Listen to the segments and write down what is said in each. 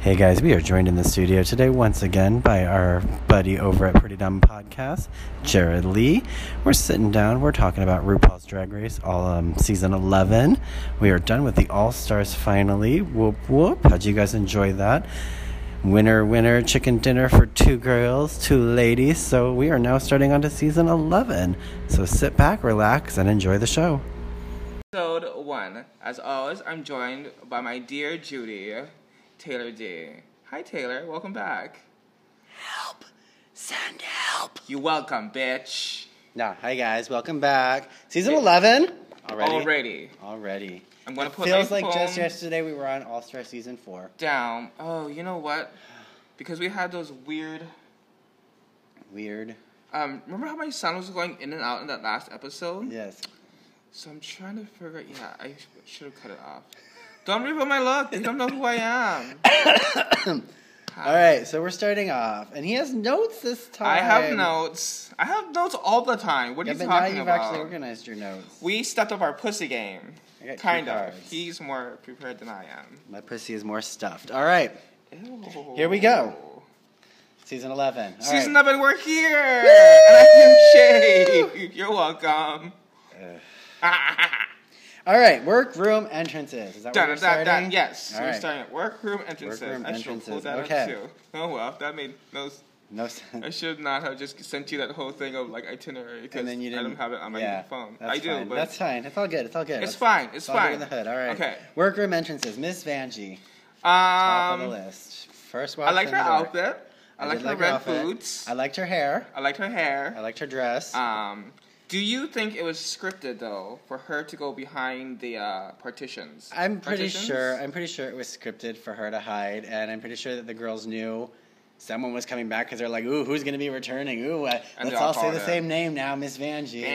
Hey guys, we are joined in the studio today once again by our buddy over at Pretty Dumb Podcast, Jared Lee. We're sitting down, we're talking about RuPaul's Drag Race, all um, season 11. We are done with the All Stars finally. Whoop whoop. How'd you guys enjoy that? Winner, winner, chicken dinner for two girls, two ladies. So we are now starting on to season 11. So sit back, relax, and enjoy the show. Episode one. As always, I'm joined by my dear Judy, Taylor D. Hi, Taylor. Welcome back. Help! Send help! You welcome, bitch. Now, hi guys, welcome back. Season 11? Already? Already. Already. I'm gonna It put feels my like just phone- yesterday we were on All Star Season 4. Down. Oh, you know what? Because we had those weird. Weird. Um, remember how my sound was going in and out in that last episode? Yes. So I'm trying to figure. Yeah, I should have cut it off. Don't reveal my look. You don't know who I am. All right, so we're starting off, and he has notes this time. I have notes. I have notes all the time. What Yeah, are you but talking now you've about? actually organized your notes. We stepped up our pussy game. I got two Kind of. cards. He's more prepared than I am. My pussy is more stuffed. All right, Ew. Here we go. season 11. All Season right. 11, we're here! And I am Shay. You're welcome. All right, workroom entrances. Is that Dun, what we're dun, dun, starting? dun. Yes, All we're right. starting at workroom entrances. Workroom I should have entrances, pulled that okay. up too. Oh well, that made no. s- No s- I should not have just sent you that whole thing of like itinerary because and I then you didn't. don't have it on my yeah, phone. that's I do, fine. but that's fine. It's all good. It's all good. it's Let's- fine. It's It's all good fine. in the hood. All right. Okay. Workroom entrances. Miss Vanjie. Top of the Um, list. First walk. I like in her the door. outfit. I, did like her like her red outfit. boots. I liked her hair. I liked her hair. I liked her dress. Um, do you think it was scripted though for her to go behind the uh, partitions? I'm pretty Partitions? sure. I'm pretty sure it was scripted for her to hide, and I'm pretty sure that the girls knew someone was coming back because they're like, "Ooh, who's gonna be returning? Ooh, uh, And let's they all all say called the it. same name now, Miss Vanjie." Like,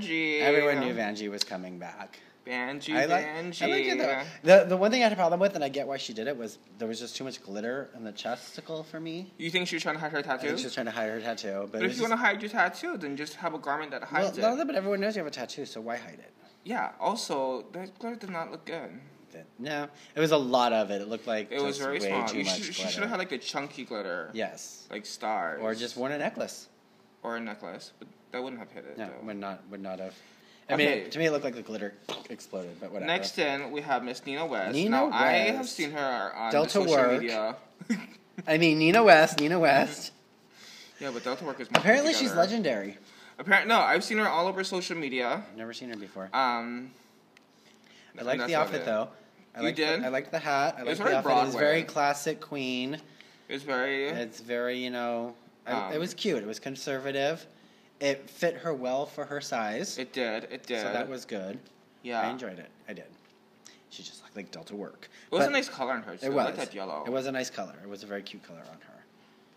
Banji. everyone knew Vanjie was coming back. Banji. I like. Banji. I liked it though. The the one thing I had a problem with, and I get why she did it, was there was just too much glitter in the chesticle for me. You think she was trying to hide her I tattoo? think she was trying to hide her tattoo, but, but it if was you want to hide your tattoo, then just have a garment that well, hides no, it. but everyone knows you have a tattoo, so why hide it? Yeah. Also, that glitter did not look good. that- No, it was a lot of it. It looked like It was just very way small. Too You much should, she glitter. should have had like the chunky glitter. yes, Like stars. or just worn a necklace. or a necklace, but that wouldn't have hit it. No, though. would not would not have. I Okay. mean, to me, it looked like the glitter exploded, but whatever. Next in, we have Miss Nina West. Nina now, I have West. seen her on Delta the social work. media. I mean, Nina West, Nina West. yeah, but Delta Work is more Apparently, put she's together. legendary. Apparently, no, I've seen her all over social media. I've never seen her before. Um, I liked that's the about outfit it. though. I You liked did? The, I liked the hat. I liked was the very outfit. It was Broadway. very classic queen. It's very It's very, you know, I, it Um, was cute. It was conservative. It fit her well for her size. It did. It did. So that was good. yeah. I enjoyed it. I did. She just looked like Delta work. It was But a nice color on her. Too. It was. I like that yellow. It was a nice color. It was a very cute color on her.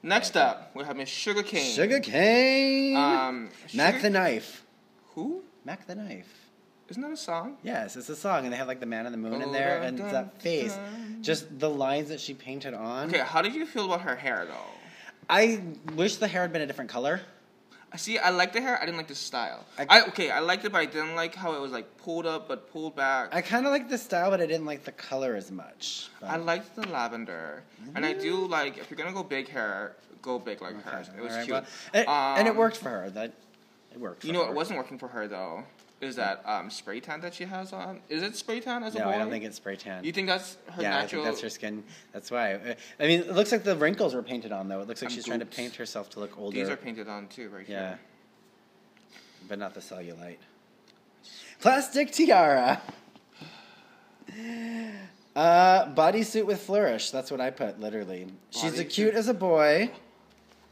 Next up, we have Miss Sugar King. Sugar cane. Um, Mac Sugar- the knife. Who? Mac the knife. Isn't that a song? Yes, it's a song, and they had like the man in the moon in there, and it's that face, just the lines that she painted on. Okay. How did you feel about her hair though? I wish the hair had been a different color. See, I liked the hair. I didn't like the style. I- I, okay, I liked it, but I didn't like how it was like pulled up but pulled back. I kind of liked the style, but I didn't like the color as much. But- I liked the lavender, and I do like if you're gonna go big hair, go big like Mm. Okay, hers. It was alright, cute. well, and, and it Um, worked for her. That it worked. You for know what her. wasn't working for her though is that um, spray tan that she has on. Is it spray tan as a No, boy? I don't think it's spray tan. You think that's her yeah, natural? I think that's her skin. That's why. Uh, I mean, it looks like the wrinkles were painted on though. It looks like And she's trying to boobs. paint herself to look older. These are painted on too, right Yeah. here. But not the cellulite. Plastic tiara. Uh, bodysuit with flourish. That's what I put, literally. She's as Bodysuit. cute as a boy.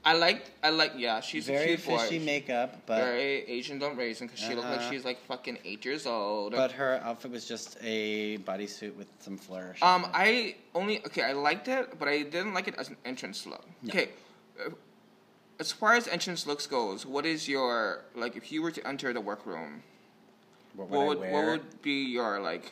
I like, I like, yeah, she's very a cute boy. fishy makeup, but very Asian don't raise because she looked Uh-huh. like she's like fucking eight years old. but her outfit was just a bodysuit with some flourish. on um, it. I only okay, I liked it, but I didn't like it as an entrance look. Okay, uh, as far as entrance looks goes, what is your like if you were to enter the workroom? what would, What I would what wear? would be your like?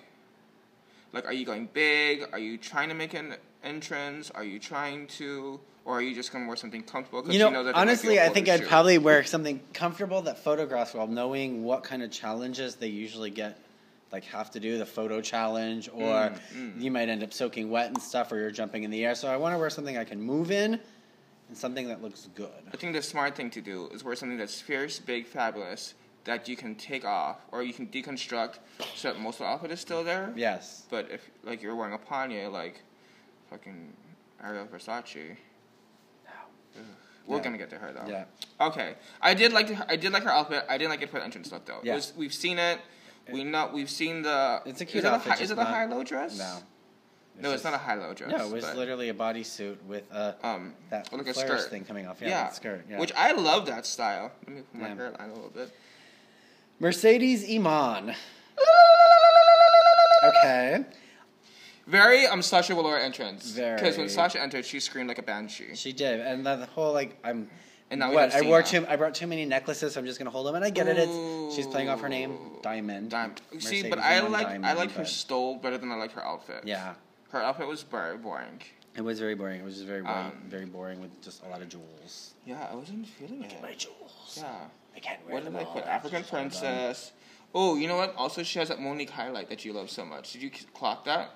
Like, are you going big? Are you trying to make an entrance? Are you trying to, or are you just gonna wear something comfortable? 'cause you know, that there might be a honestly, I photo think I'd shoot? probably wear something comfortable that photographs well, knowing what kind of challenges they usually get like have to do the photo challenge, Mm, or you might end up soaking wet and stuff, or you're jumping in the air. So I want to wear something I can move in, and something that looks good. I think the smart thing to do is wear something that's fierce, big, fabulous that you can take off or you can deconstruct so that most of the outfit is still there. Yes. But if like you're wearing a pannier, like fucking Ariel Versace. No. We're Yeah. gonna get to her though. Yeah. Okay. I did like the, I did like her outfit. I didn't like it for the entrance look though. It Yeah. was, we've seen it. We know we've seen the. It's a is cute it outfit. hi- is just it a not- high low dress? No. No, it's just- not a high low dress. No, it was but- literally a bodysuit with a Um, that like a flares skirt. thing coming off. Yeah, Yeah, that skirt. Yeah. Which I love that style. Let me pull my Yeah. hairline a little bit. Mercedes Iman. okay. Very um Sasha Velour entrance. Because Very. when Sasha entered, she screamed like a banshee. She did, and the whole like I'm. And now we what have I wore Cena. too. I brought too many necklaces, so I'm just gonna hold them. And I get it. It's she's playing off her name, Ooh. Diamond. Diamond. See, Mercedes but I Iman like I Diamond, like her but- stole better than I like her outfit. Yeah, Her outfit was very boring. it was very boring. It was just very boring, Um, very boring with just a lot of jewels. Yeah, I wasn't feeling it. My jewels. Yeah. I can't wear What them did I all. put? I have African uh, to just hold them. princess. Oh, you know what? Also, she has that Monique highlight that you love so much. Did you clock that?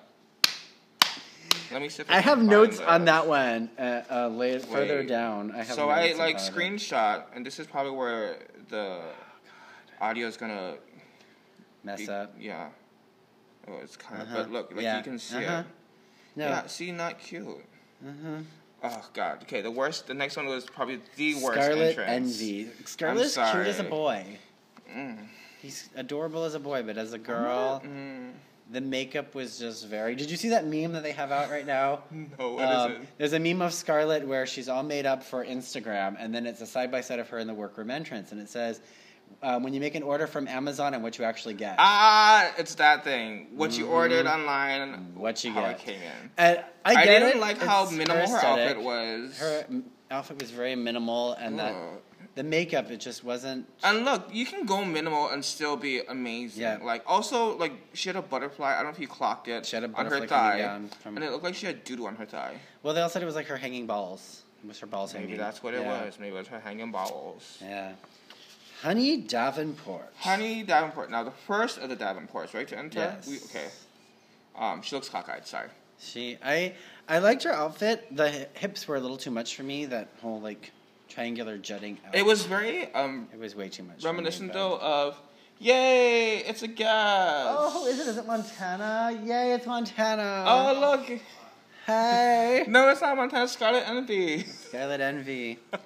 Let me see. if I can have find notes on this. that one. Uh, uh, later, further Wait. down, I have. So I notes like about it. screenshot, and this is probably where the audio is gonna Oh, mess be- up. Yeah. Oh, it's kind of. Uh-huh. But look, like Yeah. you can see Uh-huh. it. No, Yeah. See, not cute. Mm-hmm. Oh God. Okay. The worst. The next one was probably the worst Scarlet entrance. Envy. Scarlet's cute as a sorry. Mm. boy. He's adorable as a boy, but as a girl, Mm, the makeup was just very. Did you see that meme that they have out right now? No, what is Um, it? There's a meme of Scarlett where she's all made up for Instagram, and then it's a side by side of her in the workroom entrance, and it says, um, "When you make an order from Amazon, and what you actually get." Ah, it's that thing. What you ordered online. oh, What you how get. it came in. And mm-hmm. I, I, get didn't it. like how It's minimal her aesthetic. outfit was. Her mm, outfit was very minimal, and that Ugh. the makeup it just wasn't. And look, you can go minimal and still be amazing. Yeah. Like also, like she had a butterfly. I don't know if you clocked it. She had a on butterfly her coming thigh, down from- and it looked like she had doodoo on her thigh. Well, they all said it was like her hanging balls. It was her balls Maybe hanging. that's what it Yeah. was. Maybe it was her hanging bowels. Yeah. Honey Davenport. Honey Davenport. Now the first of the Davenports, right to enter. Yes. We, okay. Um, she looks cockeyed. Sorry. She. I. I liked her outfit. The hi- hips were a little too much for me. That whole like triangular jutting. Out. It was very um It was way too much. for me, reminiscent but- though of, yay, it's a gas. Oh, who is it? Is it Montana? Yay! It's Montana. Oh look. Hey. No, it's not Montana Scarlet Envy. Scarlet Envy.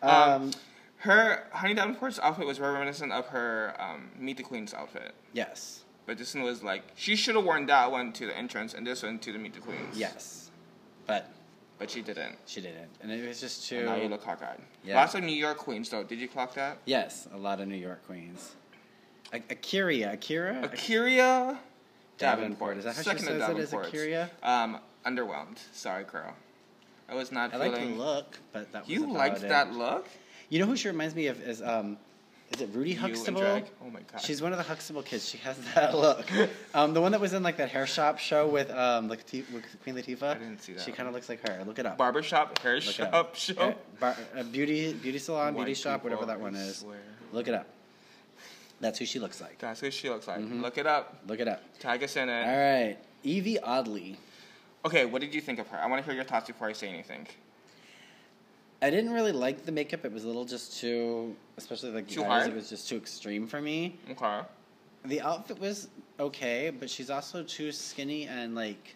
Um, Um. Her Honey Davenport's outfit was very reminiscent of her um, Meet the Queen's outfit, Yes. but this one was like she should have worn that one to the entrance and this one to the Meet the Queens. Yes. But but she didn't. she didn't, and it was just And now you too. look cockeyed. Yeah. Lots of New York queens though. Did you clock that? Yes, a lot of New York queens. A- Akira, Akira, Akira Davenport. Is that how she second of says it? Is Davenport's. Akira? Um, underwhelmed. Sorry, girl. I was not I like the feeling. look, but that was you about liked it. that look? You know who she reminds me of is um, is it Rudy You in Huxtable? drag? Oh my God. She's one of the Huxtable kids. She has that look. um, the one that was in like that hair shop show with um, Latif- with Queen Latifah. I didn't see that She one. kind of looks like her. Look it up. Barbershop hair Look it shop up. show. Hair- bar- uh, beauty beauty salon, White beauty shop, whatever people, that one I is. swear. Look it up. That's who she looks like. That's what she looks like. Look it up. Look it up. Tag us in it. Mm-hmm. All right, Evie Oddly. Okay, what did you think of her? I want to hear your thoughts before I say anything. I didn't really like the makeup. It was a little just too, especially like the Too eyes. hard? It was just too extreme for me. Okay. The outfit was okay, but she's also too skinny and like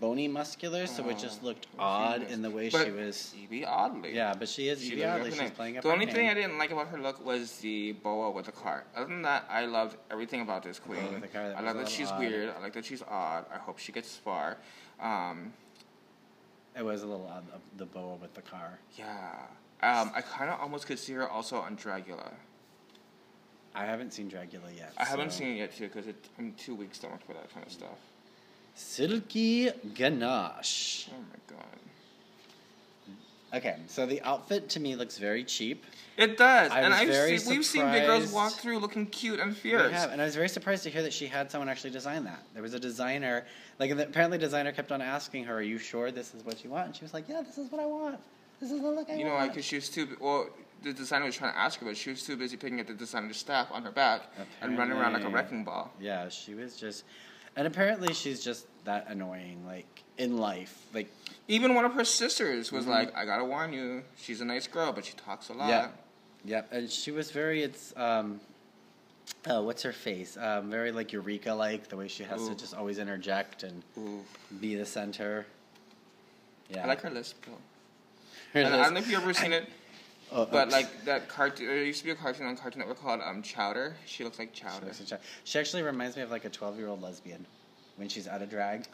bony muscular, so it just looked odd in the way Oh, But she was. Evie Oddly. Yeah, but she is She Evie didn't Oddly. recognize- She's playing up. the her only thing I hand didn't like about her look was the boa with the card. Other than that, I loved everything about this queen. with the card, that I was love a that little she's odd. weird. I like that she's odd. I hope she gets far. Um, It was a little odd. uh, The boa with the car. yeah. Um, I kind of almost could see her also on Dragula. I haven't seen Dracula yet. I haven't so- seen it yet too because I'm too weak stomach for that kind of stuff. Silky Ganache. Oh my god. Okay, so the outfit to me looks very cheap. It does, I and was I've very seen, we've seen big girls surprised- walk through looking cute and We fierce. have, and I was very surprised to hear that she had someone actually design that. There was a designer, like and the- apparently, designer kept on asking her, "Are you sure this is what you want?" And she was like, "Yeah, this is what I want. This is the look I You know want." why? Because she was too. Well, the designer was trying to ask her, but she was too busy picking up the designer's staff on her back and running around like a Apparently. wrecking ball. Yeah, she was just, and apparently she's just that annoying. Like in life, like Even one of her sisters was like, "I gotta warn you, she's a nice girl, but she talks a lot." Mm-hmm. yeah, yeah. And she was very. It's um, oh, what's her face? Um, very like Eureka, like the way she has to Ooh. just always interject and Ooh. be the center. Yeah, I like her lisp though. Her And I lisp. don't know if you've ever seen it, Oh, but oops. like that cartoon. There used to be a cartoon on Cartoon Network called um, Chowder. She looks like She Chowder. looks like Jack- She actually reminds me of like a 12 year old lesbian when she's out of drag.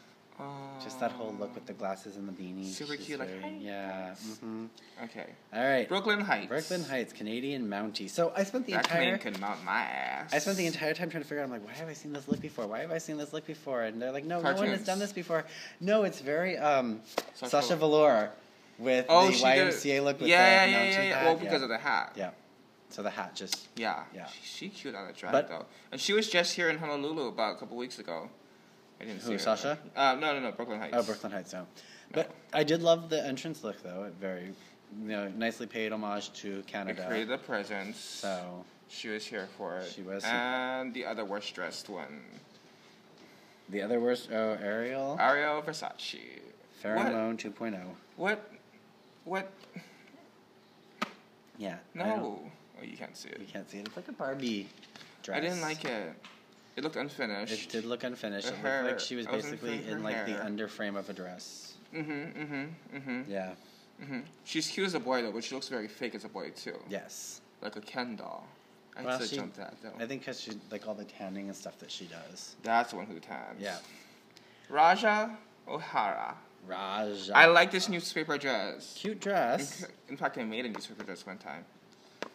Just that whole look with the glasses and the beanie. Super She's cute, like, very- "Hey, yeah. hmm Okay. All right. Brooklyn Heights. Brooklyn Heights, Canadian Mountie. So I spent the That entire name can mount my ass. I spent the entire time trying to figure out. I'm like, why have I seen this look before? Why have I seen this look before? And they're like, no, no one has Cartoons. done this before. No, it's very um, Sasha, Sasha Velour with Oh, the she YMCA did. look with yeah, the yeah, Mountie yeah, yeah, yeah. hat. Well, because of the hat. yeah. So the hat just Yeah. Yeah. She, she cute on the track But- though, and she was just here in Honolulu about a couple weeks ago. I didn't Who, see her. Sasha? Uh, no, no, no, Brooklyn Heights. Oh, Brooklyn Heights, no. But I did love the entrance look, though. It very, you know, nicely paid homage to I created Canada. the presence. So she was here for it. She was. And the other worst dressed one, the other worst, oh, Ariel, Ariel Versace. Pheromone oh. 2.0. What? What? what? Yeah. I don't- No. Oh, you can't see it. You can't see it. It's like a Barbie dress. I didn't like it. It looked It unfinished. did look unfinished. It Her- looked like she was I was in basically front of in her like the hair. underframe of a dress. Mm-hmm, mm-hmm, mm-hmm, Yeah. mm-hmm. She's cute as a boy though, but she looks very fake as a boy too. Yes. Like a Ken doll. I Well, well, she- still jumped that though. I think because she like all the tanning and stuff that she does. That's the one who times. Yeah. Raja O'Hara. Raja. I like this newspaper dress. cute In, dress. in fact, I made a newspaper dress one time.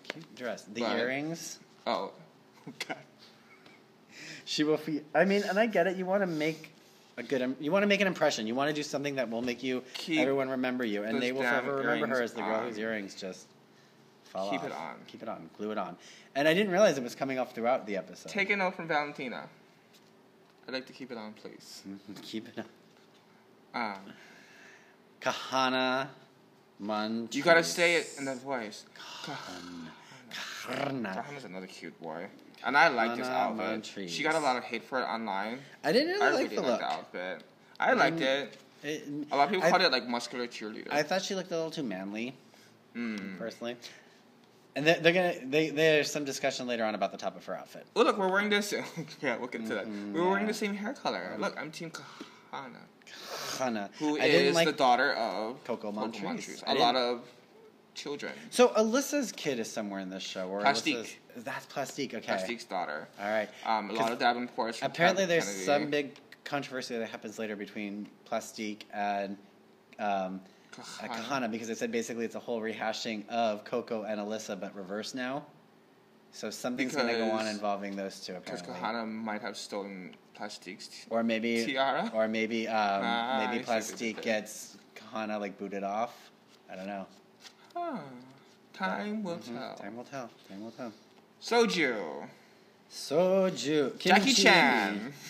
Cute dress. The But- earrings. Oh, God. She will. Fe- I mean, and I get it. You want to make a good. Im- you want to make an impression. You want to do something that will make you Keep everyone remember you, and those they will damn forever remember her earrings as the girl on. whose earrings just fall Keep off. it on. Keep it on. Glue it on. And I didn't realize it was coming off throughout the episode. Take a note from Valentina. I'd like to keep it on, please. Keep it on. Um, Kahana Munch. you gotta say it in that voice. Kahana. Rahana's another cute boy. And I like this Kahana outfit. Montrese. She got a lot of hate for it online. I didn't really I like really the like look. the outfit. I liked Mm. it. It- A lot of people I, called it like muscular cheerleader. I thought she looked a little too manly, Mm. personally. And they're, they're gonna. They, there's some discussion later on about the top of her outfit. Oh, look, we're wearing this. yeah, we'll get to that. Mhm, We were wearing yeah. the same hair color. Look, I'm Team Kahana, Kahana. who is I didn't like the daughter of Coco Montrese. I A didn't- lot of children. So Alyssa's kid is somewhere in this show. Or Plastique. Alyssa's- That's Plastique. Okay. Plastique's daughter. All right. Um, a lot of Davenport's. from Apparently, Ken- there's Kennedy. some big controversy that happens later between Plastique and um, uh, Kahana. Kahana because they said basically it's a whole rehashing of Coco and Alyssa, but reverse now. So something's going to go on Because- involving those two Because apparently. Kahana might have stolen Plastique's. t- or maybe Tiara? Or maybe um, Ah, I see maybe what you're saying. Plastique gets Kahana like booted off. I don't know. Huh. Time will Mm-hmm. tell. Mm-hmm. Time will tell. Time will tell. Soju. Soju. Kim Jackie Chi. Chan.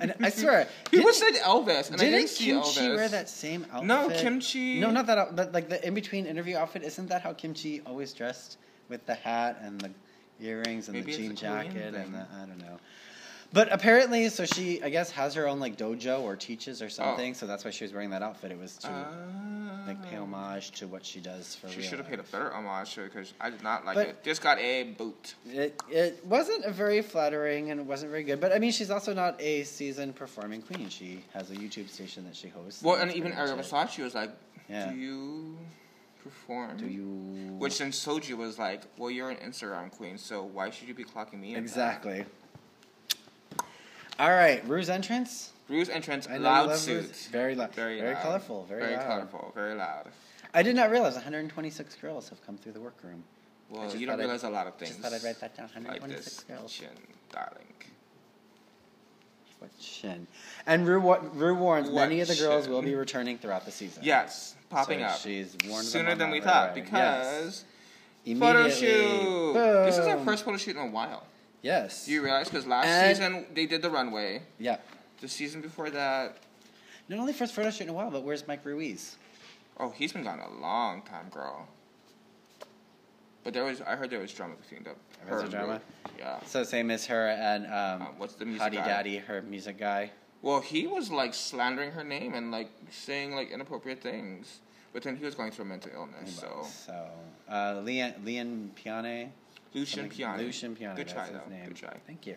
And I swear, People didn't- said Elvis, and I Didn't didn't see Kimchi Elvis. wear that same outfit? No, Kimchi- No, not that. out- But like the in between interview outfit, isn't that how Kimchi always dressed with the hat and the earrings and Maybe the it's jean a Korean jacket and thing. the I don't know. But apparently, so she I guess has her own like dojo or teaches or Oh. something. So that's why she was wearing that outfit. It was to like pay Ah. homage to what she does for. Uh, She real should have life. paid a better homage to it because I did not like But- it. Just got a boot. It it wasn't a very flattering and it wasn't very good. But I mean, she's also not a seasoned performing queen. She has a YouTube station that she hosts. Well, that's and even pretty Ariel much it. Versace was like, Yeah. "Do you perform?" Do you? Which then Soju was like, "Well, you're an Instagram queen, so why should you be clocking me?" in that?" Exactly. All right, Rue's entrance. Rue's entrance, I know you loud love Rue's- suit, very loud, very loud, colorful, very loud. colorful, very loud. I did not realize 126 girls have come through the workroom. Well, just you don't thought I'd- realize a lot of things. Just thought I'd write that down. like 126 this, girls. chin, darling. What chin? And Rue, wa- Rue warns What many of the girls will be chin? returning throughout the season. Yes, popping So up. she's warned them sooner on than that we right thought away. because Yes. photo Immediately, shoot. This is our boom. first photo shoot in a while. Yes. Do you realize? Because last And- season they did the runway. yeah. The season before that, Not only first photo shoot in a while, but where's Mike Ruiz? oh, he's been gone a long time, girl. But there was, I heard there was drama between them. There was a and drama? Ru- Yeah. So same as her and um, Um, what's the music Hottie guy? Daddy, her music guy. Well, he was like slandering her name and like saying like inappropriate things. But then he was going through mental illness, so So uh, Leon Leon Piane. Lucian Something- Piani. Lucian Piani. Good that's try, his though. name. Good try. Thank you.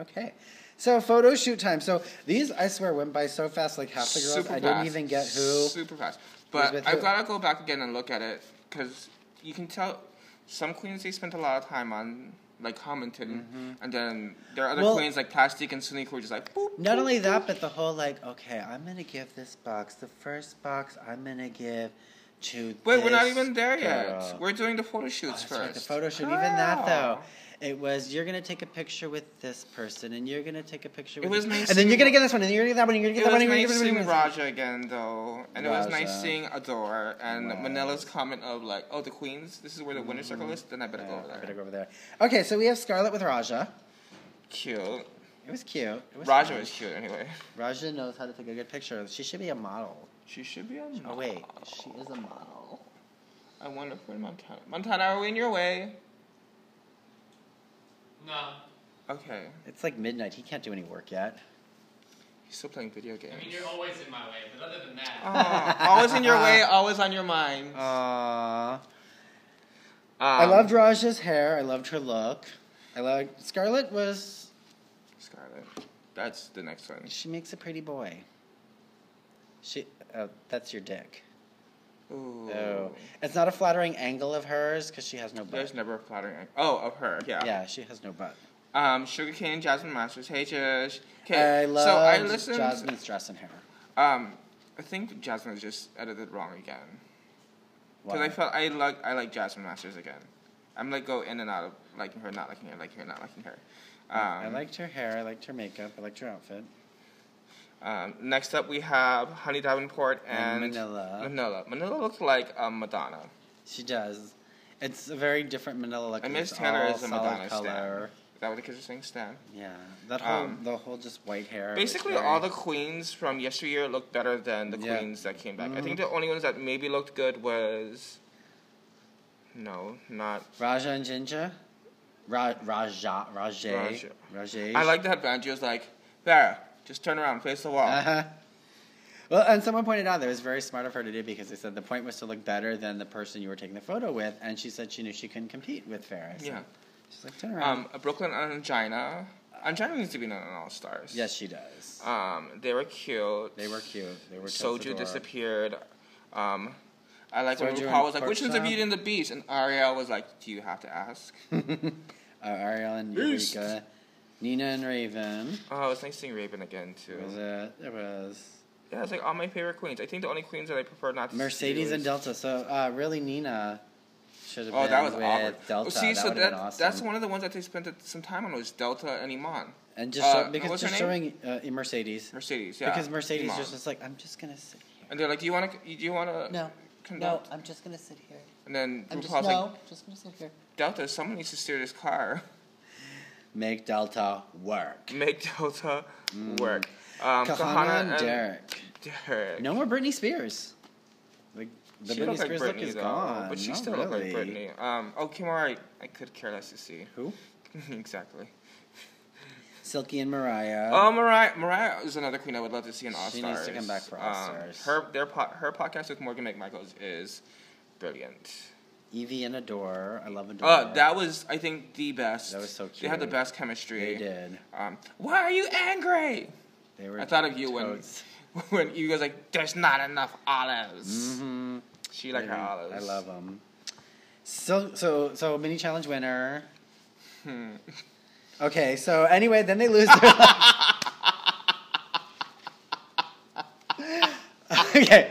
Okay. So photo shoot time. So these, I swear, went by so fast. Like half the girls, I didn't fast. even get who. Super fast. But with I've who. got to go back again and look at it because you can tell some queens they spent a lot of time on, like Hamilton, and then there are other Mm-hmm. Well- queens like Plastic and Sunny who are just like boop. Not only that, but the whole like, okay, I'm gonna give this box the first box. I'm gonna give to. Wait, we're not this even there yet. girl. We're doing the photo Oh, shoots that's first. right, the photo shoot. Even that though, Girl. it was you're gonna take a picture with this person, and you're gonna take a picture with. It was this- nice and then you're seeing- gonna get this one, and you're gonna get that one, and you're gonna get It that was one. and you're nice gonna seeing get that one. Raja again, though, and it was nice Raja. seeing Adore and Wow. Manila's comment of like, "Oh, the queens. This is where the winner circle is. Then I better go Yeah, over I there." better go over there. Okay, so we have Scarlet with Raja. Cute. It was cute. It was Raja fun. was cute anyway. Raja knows how to take a good picture. She should be a model. She should be on. Oh wait, she is a model. I wonder if we're in Montana. Montana, are we in your way? No. Okay. It's like midnight. He can't do any work yet. He's still playing video games. I mean, you're always in my way, but other than that. Aw, always in your way, always on your mind. Uh, Aww. I Um, loved Raja's hair. I loved her look. I loved Scarlett was Scarlet. That's the next one. she makes a pretty boy. She oh, that's your dick. Ooh. Oh, it's not a flattering angle of hers because she has no butt. There's never a flattering. Oh, of her, yeah. yeah, she has no butt. Um, Sugarcane, Jasmine Masters. Hey, Josh. I Okay, love so I listened. Jasmine's dress and hair. Um, I think Jasmine was just edited wrong again. Because I Why? felt I like I like Jasmine Masters again. I'm like go in and out of liking her, not liking her, liking her, not liking her. Um, I liked her hair. I liked her makeup. I liked her outfit. Um, next up, we have Honey Davenport and, And Manila. Manila. Manila looks like um, Madonna. She does. It's a very different Manila look. I 'cause miss it's Tanner all as a solid Madonna color. stan. Is that what the kids are saying, Stan? Yeah, that whole Um, the whole just white hair. was Basically, very- all the queens from yesteryear looked better than the Yeah. queens that came back. I think the only ones that maybe looked good was. No, not. Raja and Ginger. Ra- Raja, Rajay, Raja. Rajay. I like the headband. She was like, there, just turn around, face the wall. Uh-huh. Well, and someone pointed out that it was very smart of her to do because they said the point was to look better than the person you were taking the photo with, and she said she knew she couldn't compete with Ferris. Yeah. She's like, turn around. Um, Brooklyn Angina. Angina needs to be on All Stars. yes, she does. Um, they were cute. they were cute. They were. totes Soju adorable. disappeared. Um, I like when Soju RuPaul and was like, "Which one's the Portia?" Beauty and the Beast?" and Ariel was like, "Do you have to ask?" Uh, Ariel and Beast. Eureka, Nina and Raven. oh, it's nice seeing Raven again too. Was it? It was Yeah, it's like all my favorite queens. I think the only queens that I prefer not to see Mercedes was- and Delta. So uh, really, Nina should have Oh, been that was with awkward. Delta. Oh, see, that so would have that been awesome. that's one of the ones that they spent some time on was Delta and Iman. And just uh, show, what's because just her name? showing uh, in Mercedes. Mercedes, yeah. Because Mercedes Iman. just was like, I'm just gonna sit here. And they're like, "Do you want to? Do you want to?" No. No, Conduct? I'm just gonna sit here. And then I'm just RuPaul's no, like, just gonna sit here. "Delta, someone needs to steer this car. Make Delta work. Make Delta work." Um, Mm. Kahana, and, Derek. Derek. No more Britney Spears. Like the she Britney looked like Spears Britney, look is though, gone. but she Not still really. looked like Britney. Um, oh, Kimari, I could care less to see. Who? exactly. Silky and Mariah. Oh, Mariah, Mariah is another queen I would love to see in All Uh, She Stars. needs to come back for All Stars. Her their po- her podcast with Morgan McMichaels is brilliant. Evie and Adore. I love Adore. Uh, that was I think the best. That was so They had the cute. best chemistry. they did. Um, why are you angry? They were. I thought of you when totes. when you was like, "There's not enough olives." Mhm. She like her olives. I love them. So so so mini challenge winner. Okay, so anyway, then they lose. Their okay,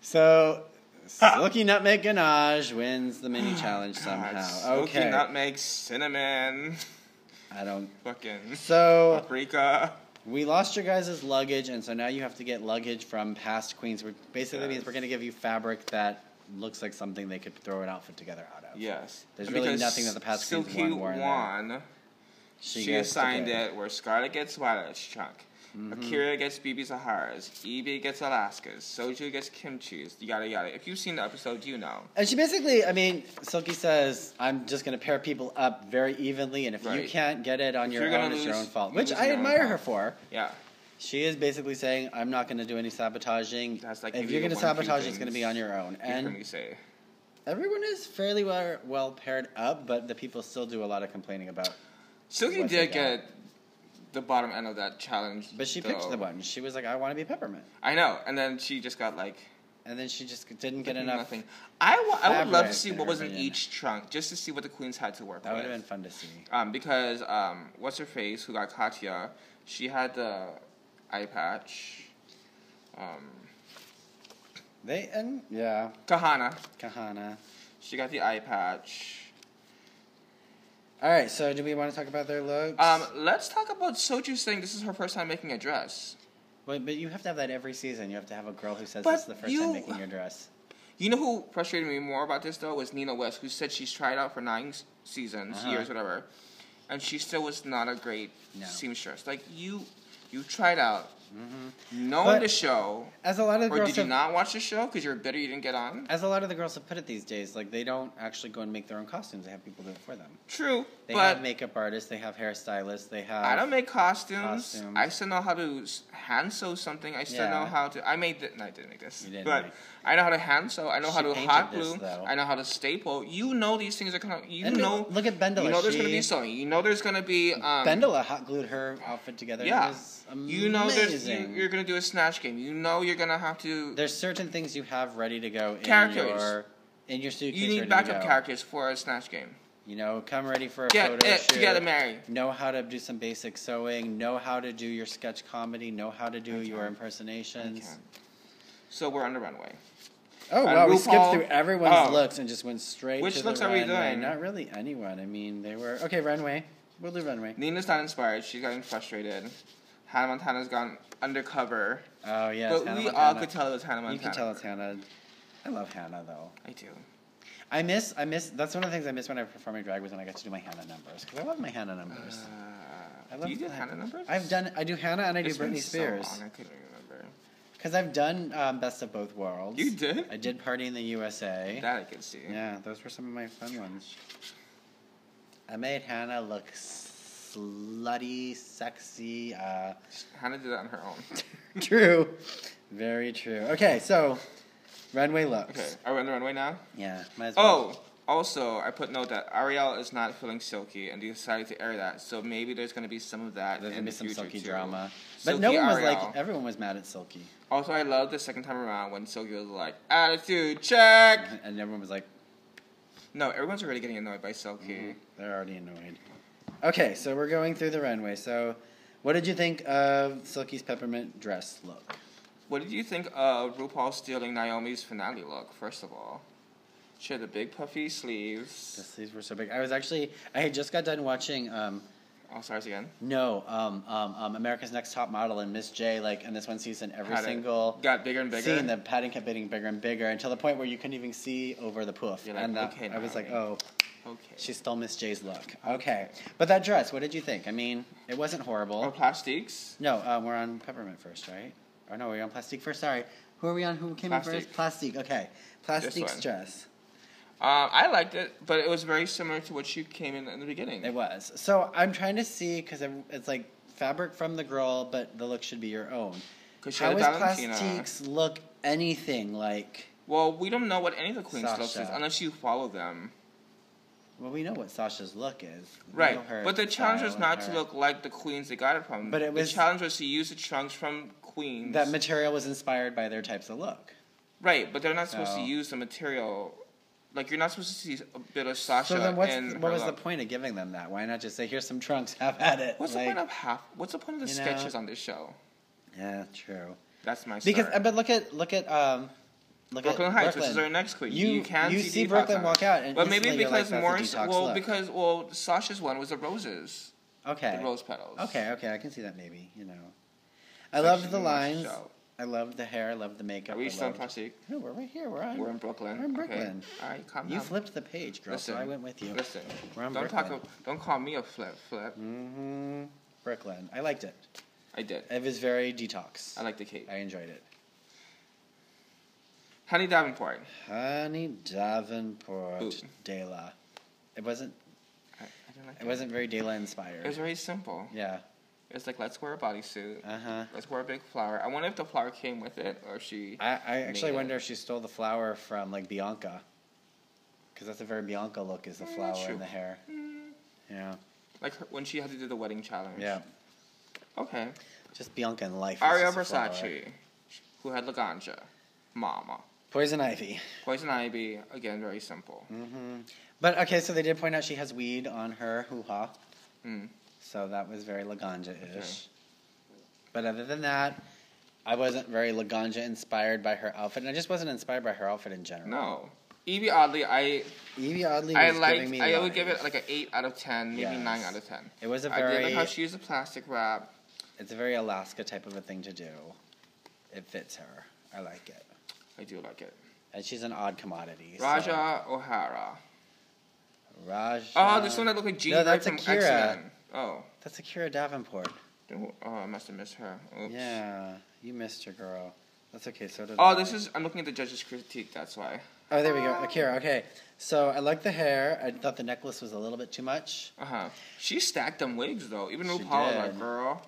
so Silky Nutmeg Ganache wins the mini challenge somehow. Smoky Okay, nutmeg, cinnamon, I don't. fucking So paprika. we lost your guys' luggage, and so now you have to get luggage from past queens. Which basically means Yes. we're gonna give you fabric that looks like something they could throw an outfit together out of. Yes. There's really because nothing that the past queens Silky won were in there. won. She, gets to assigned pick. it where Scarlet gets Violet's chunk. Mm-hmm. Akira gets BB Saharas. Evie gets Alaskas. Soju gets kimchi's. Yada yada. If you've seen the episode, you know. And she basically, I mean, Silky says, "I'm just going to pair people up very evenly, and if you Right. can't get it on If your you're gonna own, it's your lose- own fault." you Which lose I your own admire fault. her for. Yeah. She is basically saying, "I'm not going to do any sabotaging. That's like if if you're you going to want a few sabotage, it's going to be things, on your own." You heard And me say. everyone is fairly well, well paired up, but the people still do a lot of complaining about. Silky What they did got. get the bottom end of that challenge. But she picked though. the one. She was like, "I want to be peppermint," I know, and then she just got like and then she just didn't get enough. nothing. I wa- I would love fabric to see in what her was in opinion. each trunk just to see what the queens had to work That would with. have been fun to see. Um, because um, what's her face who got Katya? She had the eye patch. Um, They and yeah, Kahana, Kahana. she got the eye patch. All right, so do we want to talk about their looks? Um, let's talk about Soju saying this is her first time making a dress. But, but you have to have that every season. You have to have a girl who says But this is the first time you- making your dress. You know who frustrated me more about this though was Nina West, who said she's tried out for nine s- seasons, Uh-huh. years, whatever, and she still was not a great No. seamstress. Like you, you tried out, knowing But- the show, As a lot of the or girls, did you have, not watch the show because you're bitter you didn't get on? as a lot of the girls have put it these days, like they don't actually go and make their own costumes. They have people do it for them. True, They but have makeup artists. They have hairstylists. They have. I don't make costumes. Costumes. I still know how to s- hand sew something. I still know Yeah. how to. I made. Th- no, I didn't make this. You didn't but make- I know how to hand sew. I know how She to painted hot this, glue. thow. I know how to staple. You know these things are gonna. You And know. look at Bendela. You know there's gonna She- be sewing. You know there's gonna be. Um, Bendela hot glued her outfit together. It Yeah. was You know there's. You, amazing. you're gonna do a snatch game. You know you're gonna have to. There's certain things you have ready to go in Characters. your in your suitcase. you need ready to backup go. characters for a snatch game. You know, come ready for a Get photo it shoot. together, Mary. know how to do some basic sewing, know how to do your sketch comedy, know how to do your impersonations. So we're on the runway. Oh And wow, we RuPaul- skipped through everyone's oh. looks and just went straight. Which to the looks are we runway. doing? Not really anyone. I mean, they were okay. Runway. We'll do runway. Nina's not inspired. She's gotten frustrated. Hannah Montana's gone undercover. Oh yeah, but Hannah we all Montana. could tell it was Hannah Montana. You can tell it's Hannah. I love Hannah though. I do. I miss. I miss. That's one of the things I miss when I perform in drag was when I got to do my Hannah numbers because I love my Hannah numbers. I Uh, do you do that. Hannah numbers? I've done. I do Hannah and I do It's been Britney Spears. So long, I couldn't remember. Because I've done um, Best of Both Worlds. You did? I did Party in the USA. That I could see. yeah, those were some of my fun ones. I made Hannah look slutty, sexy. Uh, Hannah did that on her own. true. Very true. Okay, so runway looks. Okay, are we on the runway now? Yeah, might as well. Oh, also, I put note that Ariel is not feeling silky and they decided to air that, so maybe there's going to be some of that. There's gonna in be the some future, Silky too. drama. But no Silky one was Ariel. like, everyone was mad at Silky. Also, I love the second time around when Silky was like, attitude check! And everyone was like, No, everyone's already getting annoyed by Silky. Mm-hmm. They're already annoyed. Okay, so we're going through the runway. So, what did you think of Silky's peppermint dress look? What did you think of RuPaul stealing Naomi's finale look, first of all? She had the big puffy The sleeves. sleeves were so big. I was actually, I had just got done watching, um, All stars Oh, again. no, um, um, um, America's Next Top Model and Miss J, like in this one season, every Had it- single Got bigger and bigger. scene, the padding kept getting bigger and bigger until the point where you couldn't even see over the poof. You're like, and that, "Okay, I was like, oh, Naomi." okay. she stole Miss J's look. Okay. But that dress, what did you think? I mean, it wasn't horrible. Oh, plastiques. No, um, we're on peppermint first, right? Or no, we're on plastic first. Sorry, who are we on? Who came in Plastic. first? Plastic. Okay, This plastic's one. dress. Um, I liked it, but it was very similar to what she came in in the beginning. It was. So I'm trying to see because it's like fabric from the girl, but the look should be your own. 'Cause she How had a is Valentina. plastiques look anything like? Well, we don't know what any of the queens' looks is Sasha. unless you follow them, Well, we know what Sasha's look is. We right? know her But the challenge style was and not her- to look like the queens they got it from. But it was- the challenge was to use the trunks from queens. That material was inspired by their types of look. right, but they're not supposed So- to use the material. Like you're not supposed to see a bit of Sasha. so then, what's, in what her was look. the point of giving them that? Why not just say, "Here's some trunks, have at it"? What's Like, the point of half? What's the point of the you know- sketches on this show? Yeah, true. That's my Because uh, start. but look at look at um look Brooklyn at Heights, Brooklyn. which is our next queen. You- You, can you see, see detox Brooklyn on it. walk out and but maybe instantly you're like, because "That's a more detox well, look." because well, Sasha's one was the roses, Okay. the rose petals. Okay, okay, I can see that maybe, you know. I Like loved she's the in the lines. show. I loved the hair, I loved the makeup. Are we I still in loved- plastic? No, we're right here. We're on. We're in Brooklyn. We're in Okay. Brooklyn. All right, calm You down. flipped the page, girl, Listen, so I went with you. Listen, We're on don't Brooklyn. talk. Don't call me a flip flip. Mm-hmm. Brooklyn. I liked it. I did. It was very detox. I like the cape. I enjoyed it. Honey Davenport. Honey Davenport Ooh. De La. It wasn't. I, I didn't like It that. wasn't very De La It was inspired. very simple. Yeah. It's like let's wear a bodysuit. Uh huh. Let's wear a big flower. I wonder if the flower came with it or if she. I, I actually Made it. wonder if she stole the flower from like Bianca, because that's a very Bianca look is the Mm, flower true. Mm. and the hair. Yeah. Like her, when she had to do the wedding challenge. Yeah. Okay. Just Bianca in life. is Aria just a flower. Versace, who had Laganja, Mama, Poison Ivy. Poison Ivy. Again, very simple. Mm. Mm-hmm. But okay, so they did point out she has weed on her hoo ha. Mm. So that was very Laganja ish. Okay. But other than that, I wasn't very Laganja inspired by her outfit, and I just wasn't inspired by her outfit in general. No, Evie Oddly, I Evie oddly I was giving like. me. I would give life. it like an eight out of ten, maybe Yes. nine out of ten. It was a I did very. like how she used the plastic wrap. It's a very Alaska type of a thing to do. It fits her. I like it. I do like it. And she's an odd commodity. so- Raja O'Hara. Raja. Oh, this one that looked like Jean No, Grey that's from X Akira. Men. Oh. That's Akira Davenport. Don't- Oh, I must have missed her. Oops. Yeah, you missed your girl. That's okay. So did Oh, I. this is. I'm looking at the judge's critique. That's why. Oh, there we go. Akira. Okay. So I like the hair. I thought the necklace was a little bit too much. Uh huh. She stacked them wigs though. Even She RuPaul was did. like, girl.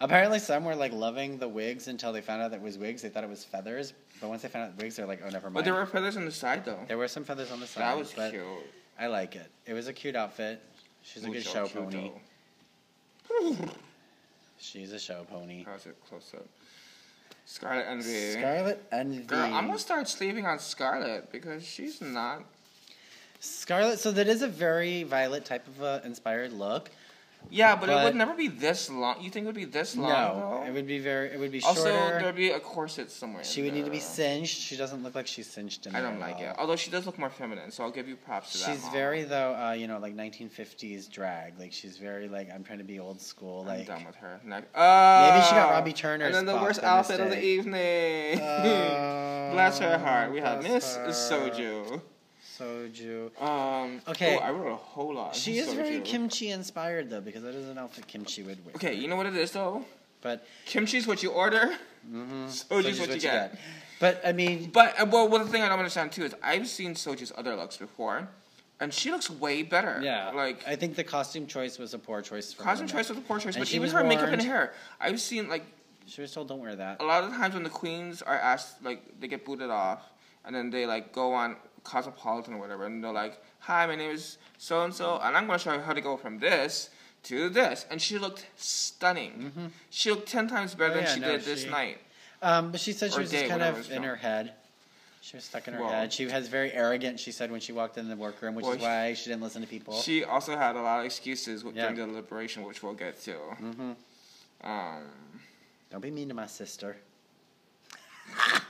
Apparently, some were like loving the wigs until they found out that it was wigs. They thought it was feathers, but once they found out wigs, they're like, oh, never mind. But there were feathers on the side though. There were some feathers on the side. That was but cute. I like it. It was a cute outfit. She's a Ooh, good so show cute, pony. though. She's a show pony. That was a close up. Scarlet Envy. Scarlet Envy. Girl, I'm gonna start sleeping on Scarlet because she's not. Scarlet. So that is a very Violet type of a inspired look. Yeah, but, it But- would never be this long. You think it would be this long? no, though? it would be very. It would be Also, shorter. there'd be a corset somewhere. in She would need to be there. cinched. She doesn't look like she's cinched in I there don't at like all. it. Although she does look more feminine, so I'll give you props to that. She's mom. very though, uh, you know, like 1950s drag. Like she's very like I'm trying to be old school. I'm Like done with her. Like, Maybe she got oh, Robbie Turner's And then the spot worst by outfit of the mistake. evening. Oh, bless her heart. We have Miss bless her. Soju. soju. Um, Okay. oh, I wrote a whole lot. She is very Soju. kimchi inspired though, because that is an outfit kimchi would wear. Okay, you know what it is though. but Kimchi's what you order. soju's Soju's Mm. what, you get. But I mean, But uh, well, well, the thing I don't understand too is I've seen Soju's other looks before, and she looks way better. yeah, like I think the costume choice was a poor choice. For her costume to choice make. was a poor choice, And but she even was her makeup and warned- hair. I've seen like She was told, "Don't wear that." a lot of times when the queens are asked, like they get booted off, and then they like go on Cosmopolitan or whatever, and they're like, "Hi, my name is so and so, and I'm going to show you how to go from this to this," and she looked stunning. She looked ten times better Oh, than Mm-hmm. yeah, no, she did this she- night. Um, but she said she Or was just day, kind whatever of it's in called. her head. She was stuck in her Well- head. She was very arrogant. She said when she walked in the workroom, which Well, is she- why she didn't listen to people. She also had a lot of excuses with- Yeah. during the deliberation, which we'll get to. Mhm. Um, Don't be mean to my sister.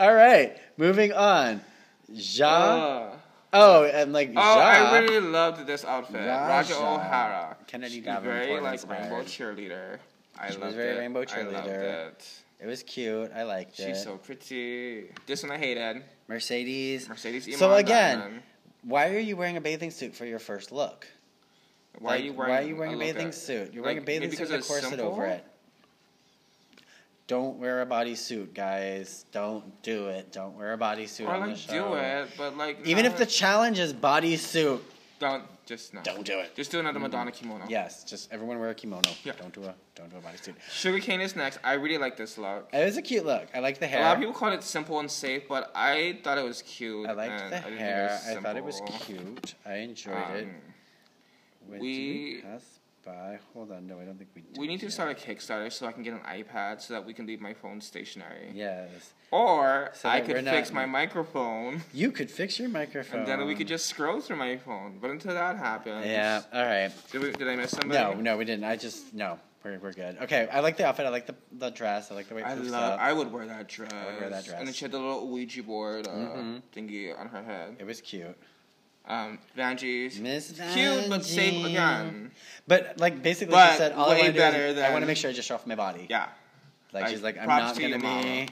All right, moving on. Ja. uh, oh, and like Oh, Ja. I really loved this outfit. Raja. Raja, O'Hara. Kennedy She's Davenport very like inspired. rainbow cheerleader. I She was loved very it. rainbow I loved cheerleader. it. it was cute. I liked it. She's so pretty. This one I hated. Mercedes. Mercedes. So Iman again, Diamond. Why are you wearing a bathing suit for your first look? why are Like, you wearing? why are you wearing a look bathing at- suit? You're wearing like, a bathing maybe suit with a because it's corset simple? over it. Don't wear a bodysuit, guys. Don't do it. Don't wear a bodysuit Or on the like show. do it, Uh, but like Even not- if the challenge is bodysuit, don't just no. don't Mm. do it. Just do another Madonna kimono. Yes, just everyone wear a kimono. Yeah. Don't do a don't do a bodysuit. Sugarcane is next. I really like this look. It was a cute look. I like the hair. A lot of people call it simple and safe, but I thought it was cute. I liked and the I didn't think it hair. was I thought it was simple. cute. I enjoyed it. Um, When did we- pass by? Hold on, no, I don't think we did. We need to yet. start a Kickstarter so I can get an iPad so that we can leave my phone stationary. Yes. Or So I that we're could not- fix my microphone You could fix your microphone. and then we could just scroll through my phone. But until that happens. Um, Yeah, all right. Did, we, did I miss somebody? No, no, we didn't. I just no. We're, we're good. Okay, I like the outfit. I like the the dress. I like the way it I poofs love. up. I would wear that dress. would wear that And then dress. she had the little Ouija board uh, Mhm. thingy on her head. It was cute. Um, Vanjie's Miss cute but safe Vanjie. again. But like basically, But she said all I way want to do better is I than- want to make sure I just show off my body. Yeah. Like Like, she's like, I'm props not to you, gonna be. Mama.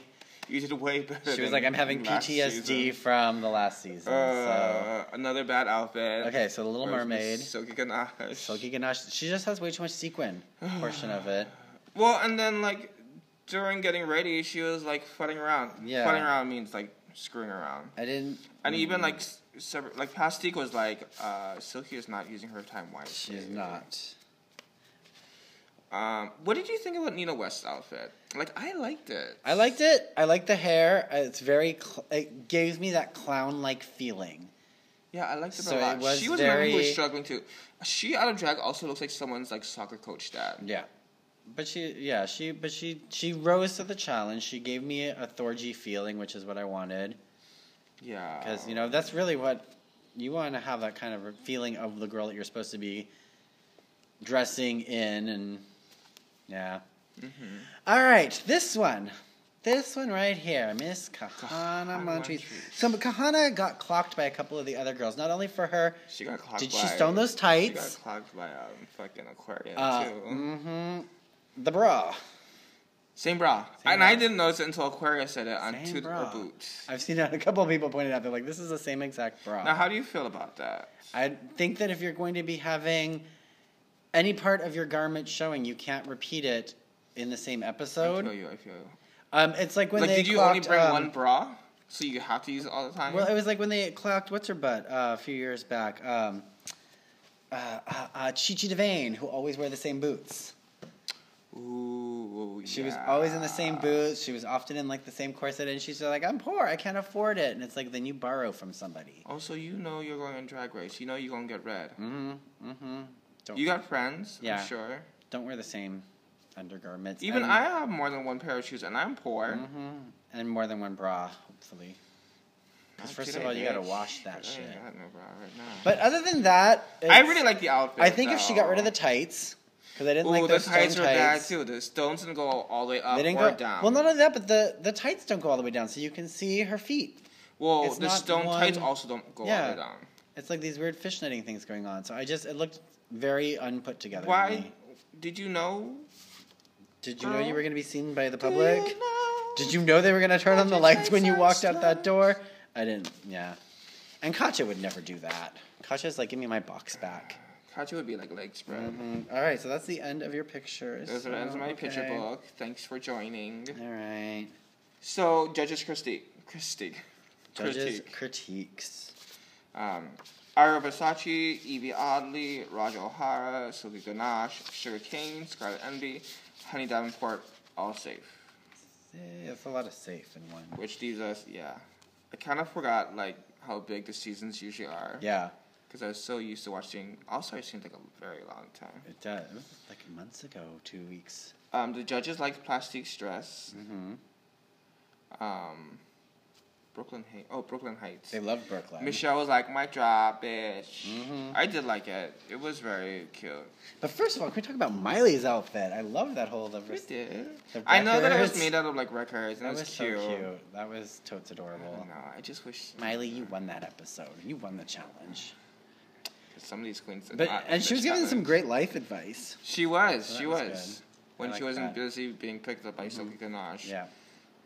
You did way better. She was than like, I'm having last PTSD season." from the last season. so. Uh, Another bad outfit. Okay, so The Little Where's Miss Mermaid. Silky Ganache. Silky Ganache, she just has way too much sequin portion of it. Well, and then like during getting ready, she was like fudding around. Yeah. Fudding around means like screwing around. I didn't. And even like s- sever- like Pastique was like, uh, Silky is not using her time wisely. She's not. Um, what did you think about Nina West's outfit? Like, I liked it. I liked it. I liked the hair. It's very. Cl- it gave me that clown-like feeling. Yeah, I liked it So a it lot. was she was another one who was very- struggling too. She out of drag also looks like someone's like soccer coach dad. Yeah, but she, yeah, she, but she, she rose to the challenge. She gave me a Thorgy feeling, which is what I wanted, Yeah. because you know that's really what you want to have that kind of feeling of the girl that you're supposed to be dressing in, and yeah. Mm-hmm. All right, this one. This one right here, Miss Kahana Kahana Montrese. Montrese. So Kahana got clocked by a couple of the other girls, not only for her she got clocked. Did by, she stone those She got tights? clocked by um, fucking Aquarius Uh, too. mm-hmm. The bra. Same bra. Same and bra. I didn't notice it until Aquarius said it on Same two bra. or boots. I've seen a couple of people pointed out. They're like, "This is the same exact bra." Now, how do you feel about that? I think that if you're going to be having any part of your garment showing, you can't repeat it in the same I episode. feel you. I feel you. Um, it's like when Like, they did you clocked, only bring um, one bra? So you have to use it all the time? Well, it was like when they clocked what's her butt uh, a few years back. Um, uh, uh, uh, Chichi Devane, who always wear the same boots. Ooh, She was yeah. always in the same boots. She was often in like the same corset, and she's like, "I'm poor. I can't afford it." And it's like, then you borrow from somebody. Also, Oh, you know you're going on Drag Race. You know you're going to get red. Mm-hmm. Mm-hmm. Don't You got friends, Yeah. I'm sure. don't wear the same undergarments. Even and, I have more than one pair of shoes, and I'm poor. Mhm. And more than one bra, hopefully. Because Not first of today, all, you gotta bitch. wash I that ain't shit. got no bra right now. But other than that, I it's- really like the outfit. I think if she got rid of though. the tights, because I didn't Ooh, like the those tights stone were bad tights. too. The stones didn't go all the way up They didn't or go down. Well, not only that, but the, the tights don't go all the way down, so you can see her feet. Well, It's the not stone tights one- also don't go all Yeah. the way down. It's like these weird fishnetting things going on. So I just it looked very unput together. to Why me. did you know? Did you know you Girl. were going to be seen by the Do you public? know? Did you know they were going to turn on the Magic lights when you lights walked out are that door? I didn't. Yeah. And Katya would never do that. Katya's like, give me my box back. Katya would be like leg spread. Mhm. All right, so that's the end of your pictures. Those are the ends of my picture Okay. book. Thanks for joining. All right. So judges critique, critique, Judges' critique. critiques. Um, Ira Versace, Evie Oddly, Raja O'Hara, Sylvie Ganache, Sugar Cane, Scarlet Envy, Honey Davenport, all safe. Yeah, Eh, it's a lot of safe in one. Which leaves us, yeah. I kind of forgot like how big the seasons usually are. Yeah, Because I was so used to watching. Also, it seems like a very long time. it does. It was like months ago, two weeks. Um, the judges liked Plastic Stress. Mm-hmm. Um, Brooklyn Heights. Oh, Brooklyn Heights. They love Brooklyn. Michelle was like, "My job, bitch." Mhm. I did like it. It was very cute. But first of all, can we talk about Miley's outfit? I love that whole the. We did. The I know that it was records. made out of like records, and That was, it was, cute. so cute. That was totes I don't adorable. know. I just wish Miley, you won that episode. You won the challenge. 'cause some of these queens. did But not and she fit was giving together. some great life advice. She was. So that she was was. good. When I she like wasn't that. Mm-hmm. busy being picked up by Silky Ganache. Yeah,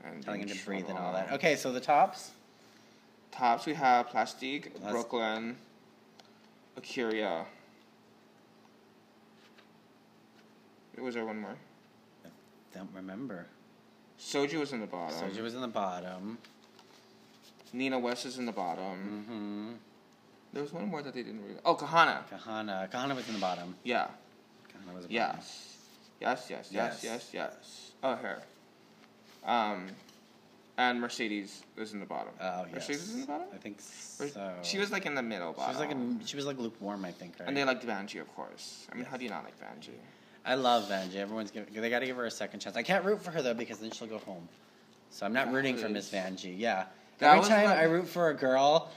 And telling him being to breathe and shrunk all up. that. Okay, so the tops. Tops we have Plastique, Plas- Brooklyn, Acuria. Was there one more? Don't remember. Soju was in the bottom. Soja was in the bottom. Nina West is in the bottom. Mm-hmm. There was one more that they didn't really. Oh, Kahana. Kahana. Kahana was in the bottom. Yeah. Kahana was. Yeah. Yes. Yes, yes, yes, Yes. yes, yes. Oh, her. Um, and Mercedes was in the bottom. Oh yes. Mercedes was in the bottom? I think Or- so. She was like in the middle She bottom. was like a, she was like lukewarm, I think. Right? And they liked Vanjie, of course. I mean, how Yes. do you not like Vanjie? I love Vanjie. Everyone's giving, they got to give her a second chance. I can't root for her though because then she'll go home. So I'm not rooting for Miss Vanjie. Yeah. That Every was time my- I root for a girl,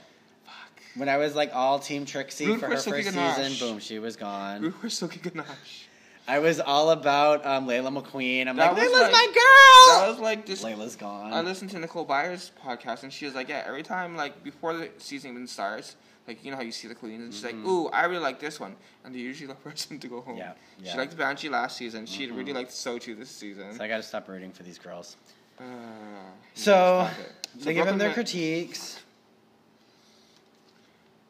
when I was like all Team Trixie Root for for her Silky first Ganache. season, boom, she was We gone. were Silky Ganache. I was all about um, Layla McQueen. I'm That like, was Layla's like- my That girl. was like this. Layla's gone. I listened to Nicole Byers' podcast, and she was like, "Yeah, every time like before the season even starts, like you know how you see the queens, and she's like, ooh, I really like this one,' and they usually the person to go home. Mm-hmm. Yeah, Mm-hmm. yeah. She liked Banshee last season. She really liked Sochu this season. so I got to stop rooting for these girls. Uh, So, stop it. So they give them Brooklyn their Ma- critiques.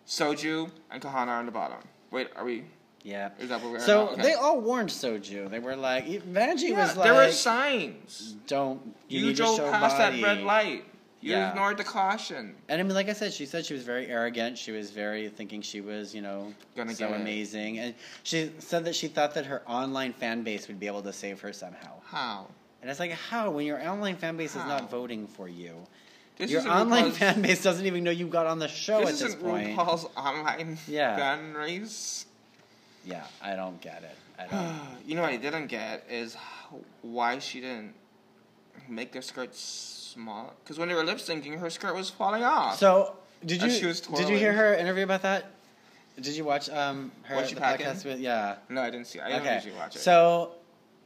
Soju and Kahana are on the bottom. Wait, are we? Yeah. Is that what we're So at? Okay. they all warned Soju. They were like, Vanjie Yeah, was like, there were signs. "Don't you, You, need drove to show past body." that red light. You Yeah. ignored the caution. And I mean, like I said, she said she was very arrogant. She was very thinking she was, you know, Gonna so get it. amazing. And she said that she thought that her online fan base would be able to save her somehow. How? And it's like, how when your online fan base is How? not voting for you, This your isn't online RuPaul's- fan base doesn't even know you got on the show This at this isn't point. RuPaul's online Yeah. gun race. Yeah, I don't get it. I don't. You know what I didn't get is how- why she didn't make their skirt small. Because when they were lip syncing, her skirt was falling off. so did And you she was did you hear twirling. her interview about that? Did you watch um her Was she the packing? podcast with yeah? no, I didn't see. I didn't usually watch it. So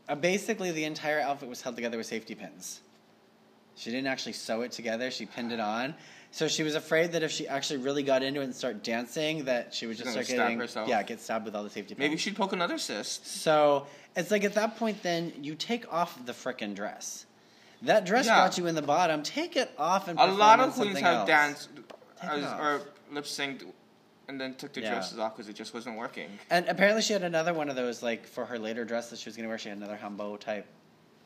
uh, basically, the entire outfit was held together with safety pins. She didn't actually sew it together, she pinned it on. So she was afraid that if she actually really got into it and start dancing, that she would She's just gonna start stab getting herself. yeah, get stabbed with all the safety pins. maybe she'd poke another cyst. So it's like at that point, then you take off the frickin' dress. That dress Yeah. got you in the bottom. Take it off and A perform lot on of queens something have else. danced Take it as- off. or lip synced and then took their Yeah. dresses off because it just wasn't working. And apparently, she had another one of those like for her later dress that she was gonna wear. She had another humbo type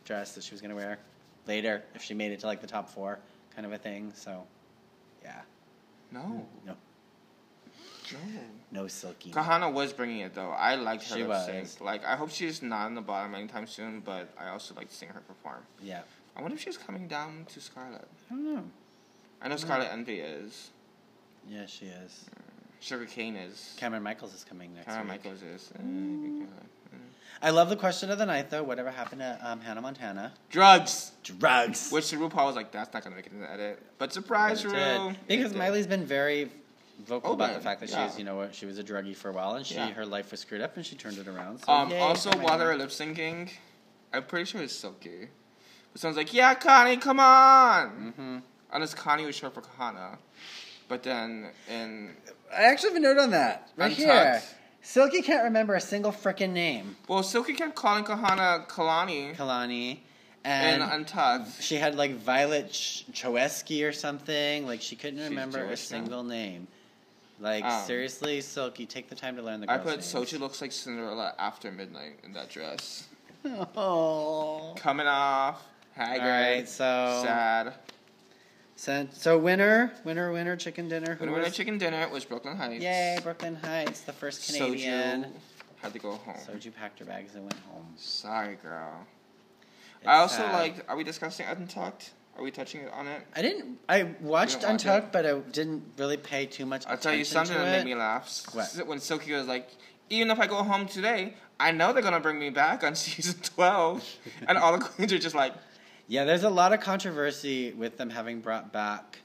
dress that she was gonna wear later if she made it to like the top four, kind of a thing. So, yeah, No, no, no. no silky. Kahana was bringing it though. I liked her She lip was. sync. Like I hope she's not in the bottom anytime soon, but I also like seeing her perform. Yeah, I wonder if she's coming down to Scarlet. I don't know. I Hmm. know Scarlet Envy is. Yeah, she is. Sugar Cane is. Cameron Michaels is coming next. Cameron week. Michaels is. Eh, I love the question of the night though. Whatever happened to um, Hannah Montana? Drugs, Drugs. which RuPaul was like, that's not gonna make it in the edit. But surprise, It Ru, did. Because it did. Miley's been very vocal Open, about the fact that she yeah. was, you know, she was a druggie for a while, and she Yeah. her life was screwed up, and she turned it around. So Um, yay also, for while they Miley. were lip syncing, I'm pretty sure it's Silky. But someone's like, yeah, Connie, come on! Mhm. Unless Connie was short for Kahana. But then in. I actually have a note on that right Untucked. here. Silky can't remember a single frickin' name. Well, Silky kept calling Kahana Kalani Kalani, and and Untucked. she had like Violet Ch- Choesky or something. Like she couldn't She's remember a Jewish now. single name. Like Um, seriously, Silky, take the time to learn the. I Girls put names. Sochi looks like Cinderella after midnight in that dress. Oh. Coming off, haggard, All right, so sad. So, so winner, winner, winner, chicken dinner. Who When we went was- to chicken dinner, was Brooklyn Heights. Yay, Brooklyn Heights, the first Canadian. Soju had to go home. Soju, packed her bags and went home. Sorry, girl. It's I also sad. liked. Are we discussing Untucked? Are we touching it on it? I didn't. I watched You didn't watch Untucked, but I didn't really pay too much. I'll tell you attention something to that made it. me laugh. S- What? When Silky was like, even if I go home today, I know they're gonna bring me back on season twelve, and all the queens are just like, Yeah, there's a lot of controversy with them having brought back.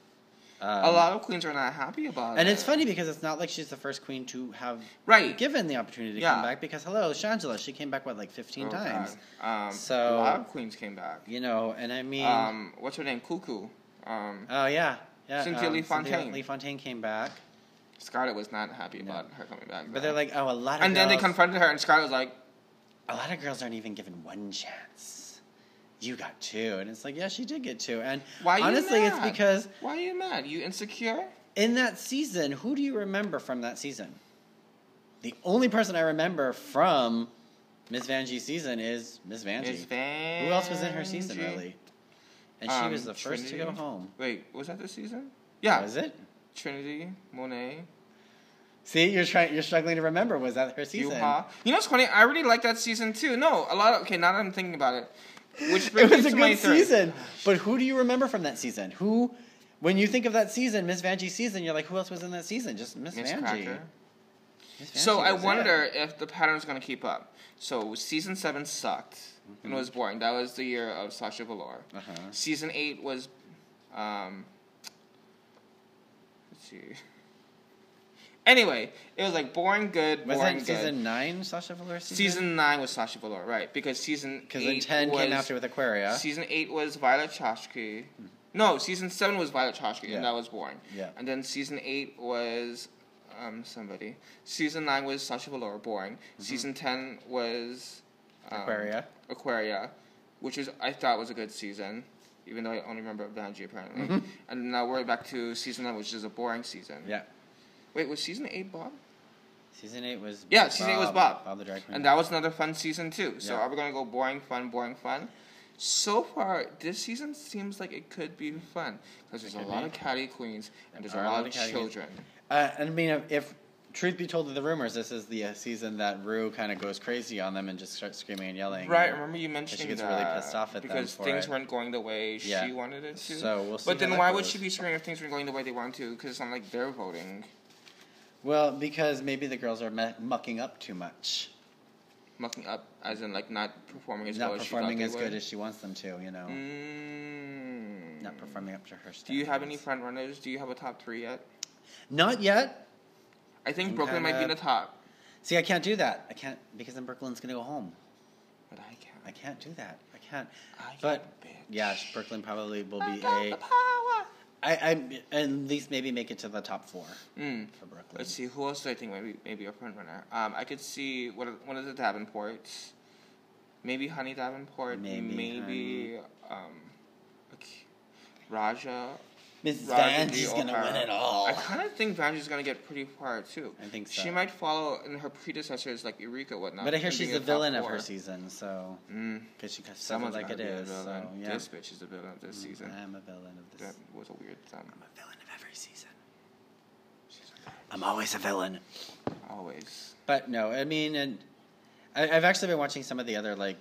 Um, a lot of queens are not happy about it. And it's funny because it's not like she's the first queen to have right? given the opportunity to Yeah. come back. Because hello, Shangela, she came back what like 15 Oh, God. times. Um, So- a lot of queens came back. You know, and I mean, Um, what's her name? Cuckoo. Um, oh yeah, yeah. Cynthia um, Lee Fontaine. Cynthia Lee Fontaine came back, Scarlett was not happy No. about her coming back. but though. they're like, oh, a lot of and then they girls- confronted her, and Scarlett was like, a lot of girls aren't even given one chance. You got two, and it's like, yeah, she did get two. And "Why? Are you honestly, it's mad? because why are you mad? You insecure?" in that season, who do you remember from that season? The only person I remember from Miss Vanjie's season is Miss Is Vanjie. Vanjie. Who else was in her season really? And she Um, was the first to go Trinity? home. Wait, was that this season? Yeah, Was it? Trinity, Monet, See, you're trying. You're struggling to remember. Was that her season? Yuha. You know what's funny? I really like that season too. No, a lot. Of, okay, now that I'm thinking about it, which It brings was me a to my good third. season. But who do you remember from that season? Who, when you think of that season, Miss Vanjie's season, you're like, who else was in that season? Just Miss Miss Vanjie. Cracker. Miss Vanjie So I was it. wonder if the pattern's gonna keep up. So season seven sucked and was boring. That was the year of Sasha Valor. Mm-hmm. Uh-huh. Season eight was, um, let's see. Anyway, it was like boring, good, Was boring, it good. season nine, Sasha Velour season? Season nine was Sasha Velour, right? Because season because then eight ten was, came after with Aquaria. Season eight was Violet Chachki. No, season seven was Violet Chachki, Mm-hmm. Yeah. and that was boring. Yeah. And then season eight was um, somebody. Season nine was Sasha Velour, boring. Season ten was um, Mm-hmm. Aquaria. Aquaria, which is I thought was a good season. even though I only remember Vanjie apparently. And now we're back to season nine, which is a boring season. Mm-hmm. Yeah. Wait, was season eight Bob? Season eight was Yeah, season eight was Bob. Bob the drag queen. And that was another fun season too. So Yeah. are we gonna go boring fun, boring fun? So far, this season seems like it could be fun because there's a lot of catty queens and there's a are a lot lot of of catty queens. children. Uh, I mean, if- if truth be told, to the rumors, this is the uh, season that Rue kind of goes crazy on them and just starts screaming and yelling. Right, I remember you mentioning gets that really pissed off at them because for things it. weren't going the way Yeah. she wanted it to. So we'll see how But then that why would goes. she be screaming if things weren't going the way they wanted to? Because it's not like they're voting, Well, because maybe the girls are me- mucking up too much, mucking up, as in like not performing as not well performing as as she thought they good would. as she wants them to. You know, Mm. not performing up to her standards. Do you have any front runners? Do you have a top three yet? Not yet. I think I'm Brooklyn might be in kinda- the top, See, I can't do that. I can't because then Brooklyn's gonna go home. but I can't. I can't do that. I can't. I but got bitch. yeah, Brooklyn probably will be got a. the power. I, I at least maybe make it to the top four Mm. for Brooklyn. Let's see who else do I think maybe maybe a front runner. Um, I could see one of one of the Davenports, maybe Honey Davenport, Maybe maybe, um, okay, Raja. Mrs. Raja Vanjie's D. gonna win O'Hara. it all. I kind of think Vanjie's gonna get pretty far too. I think She so. might follow in her predecessors like Eureka whatnot. But I hear and she's being the a top villain of four. her season, so Mm, because she kind of someone's like it gotta be is. The villain. So yeah, Mm, This bitch is the villain of this season. I'm a villain of this. That was a weird thumb. I'm a villain of every season. I'm always a villain. Always. But no, I mean, and I, I've actually been watching some of the other like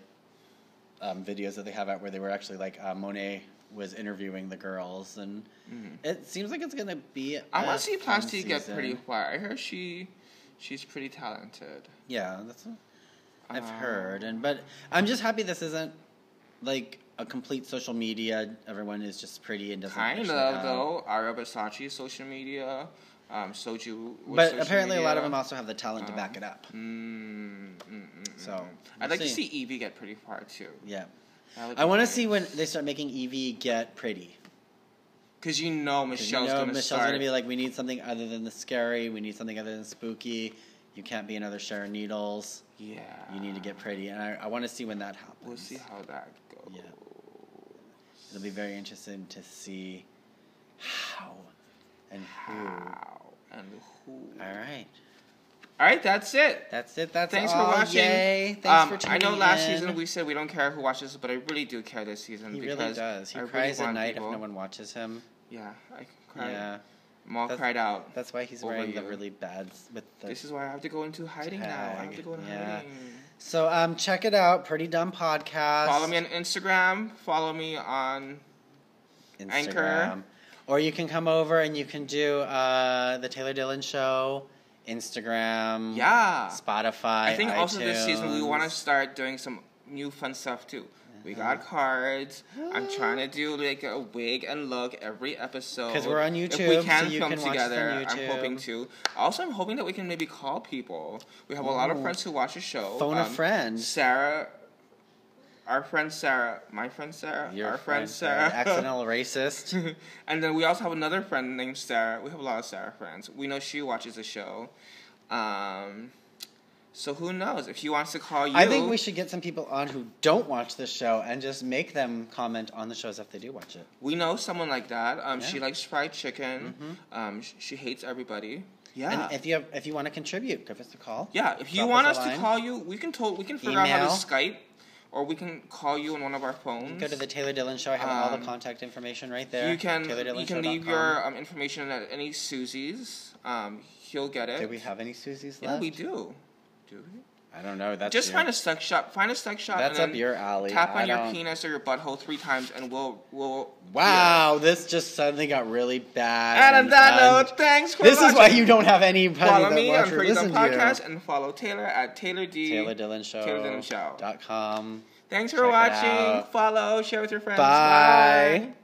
um, videos that they have out where they were actually like uh, Monet was interviewing the girls, and it seems like it's gonna be. Mm-hmm. I a want to see fun Plasti get season. pretty far. I hear she, she's pretty talented. Yeah, that's what I've Um, heard, and but I'm just happy this isn't like a complete social media. Everyone is just pretty and doesn't. Kind actually of have- though. Ara Versace's social media, um, Soju. with But social apparently, a lot of them media. also have the talent to back it up. Mm, mm, mm, mm, So, mm. we'll I'd like see. to see Evie get pretty far too. Yeah, I want to see when they start making Evie get pretty. because you know 'Cause Michelle's you know, gonna Michelle's start. gonna be like, we need something other than the scary. We need something other than spooky. You can't be another Sharon Needles. yeah, You need to get pretty, and I, I want to see when that happens. We'll see how that goes. Yeah. It'll be very interesting to see how and who. All How and who? All right, right, that's it. that's it. That's Thanks all. for watching. Oh, Yay! Thanks um, for tuning I know last in. season we said we don't care who watches, but I really do care this season He because really does. He I really cries at want night people- if no one watches him. Yeah, I cried. Yeah, I'm all That's- cried out. that's why he's Over wearing the you. really bad s- with the. This is why I have to go into hiding now. I have to Tag, go into yeah. hiding. so um, check it out. Pretty dumb podcast. Follow me on Instagram. Follow me on. Instagram. Anchor. Or you can come over and you can do uh, the Taylor Dillon show, Instagram, Yeah. Spotify. I think also this season we want to iTunes. start doing some new fun stuff too. We got Uh-huh. cards. I'm trying to do like a wig and look every episode. 'Cause we're on If YouTube, we can so you film can watch us together, on I'm hoping YouTube. to. Also, I'm hoping that we can maybe call people. We have a lot of friends who watch the show. Um, Phone a friend. Sarah. Our friend Sarah, my friend Sarah, Your our uh, friend, Sarah, Sarah, the accidental racist. and then we also have another friend named Sarah. We have a lot of Sarah friends. We know she watches the show. Um, so who knows if she wants to call you? I think we should get some people on who don't watch this show and just make them comment on the shows if they do watch it. We know someone like that. Um, she Yeah. Mm-hmm. likes fried chicken. Um, sh- she hates everybody. Yeah. And if you have, if you want to contribute, give us a call. yeah. If you Drop want us us a to line. call you, we can to- we can figure out how Email. to Skype, or we can call you on one of our phones. Go to the Taylor Dillon show. I have all Um, the contact information right there. You can you can TaylorDillonShow.com. leave your um, information at any Susie's. Um, he'll get it. Do we have any Susies left? yeah, we do. Do we? I don't know. That's Just your- find a sex shop. Find a sex shop. That's and up then your alley. Tap I on your don't- penis or your butthole three times, and we'll we'll. Wow, this just suddenly got really bad. And on that un- note, thanks for this is why watching. you don't have any Follow that me watch on or Pretty Dumb listen to you. Podcast and follow Taylor at Taylor D. Taylor Dillon Show. Taylor Dillon Show. Dot com. Thanks for Check it watching. out. Follow, share with your friends. Bye.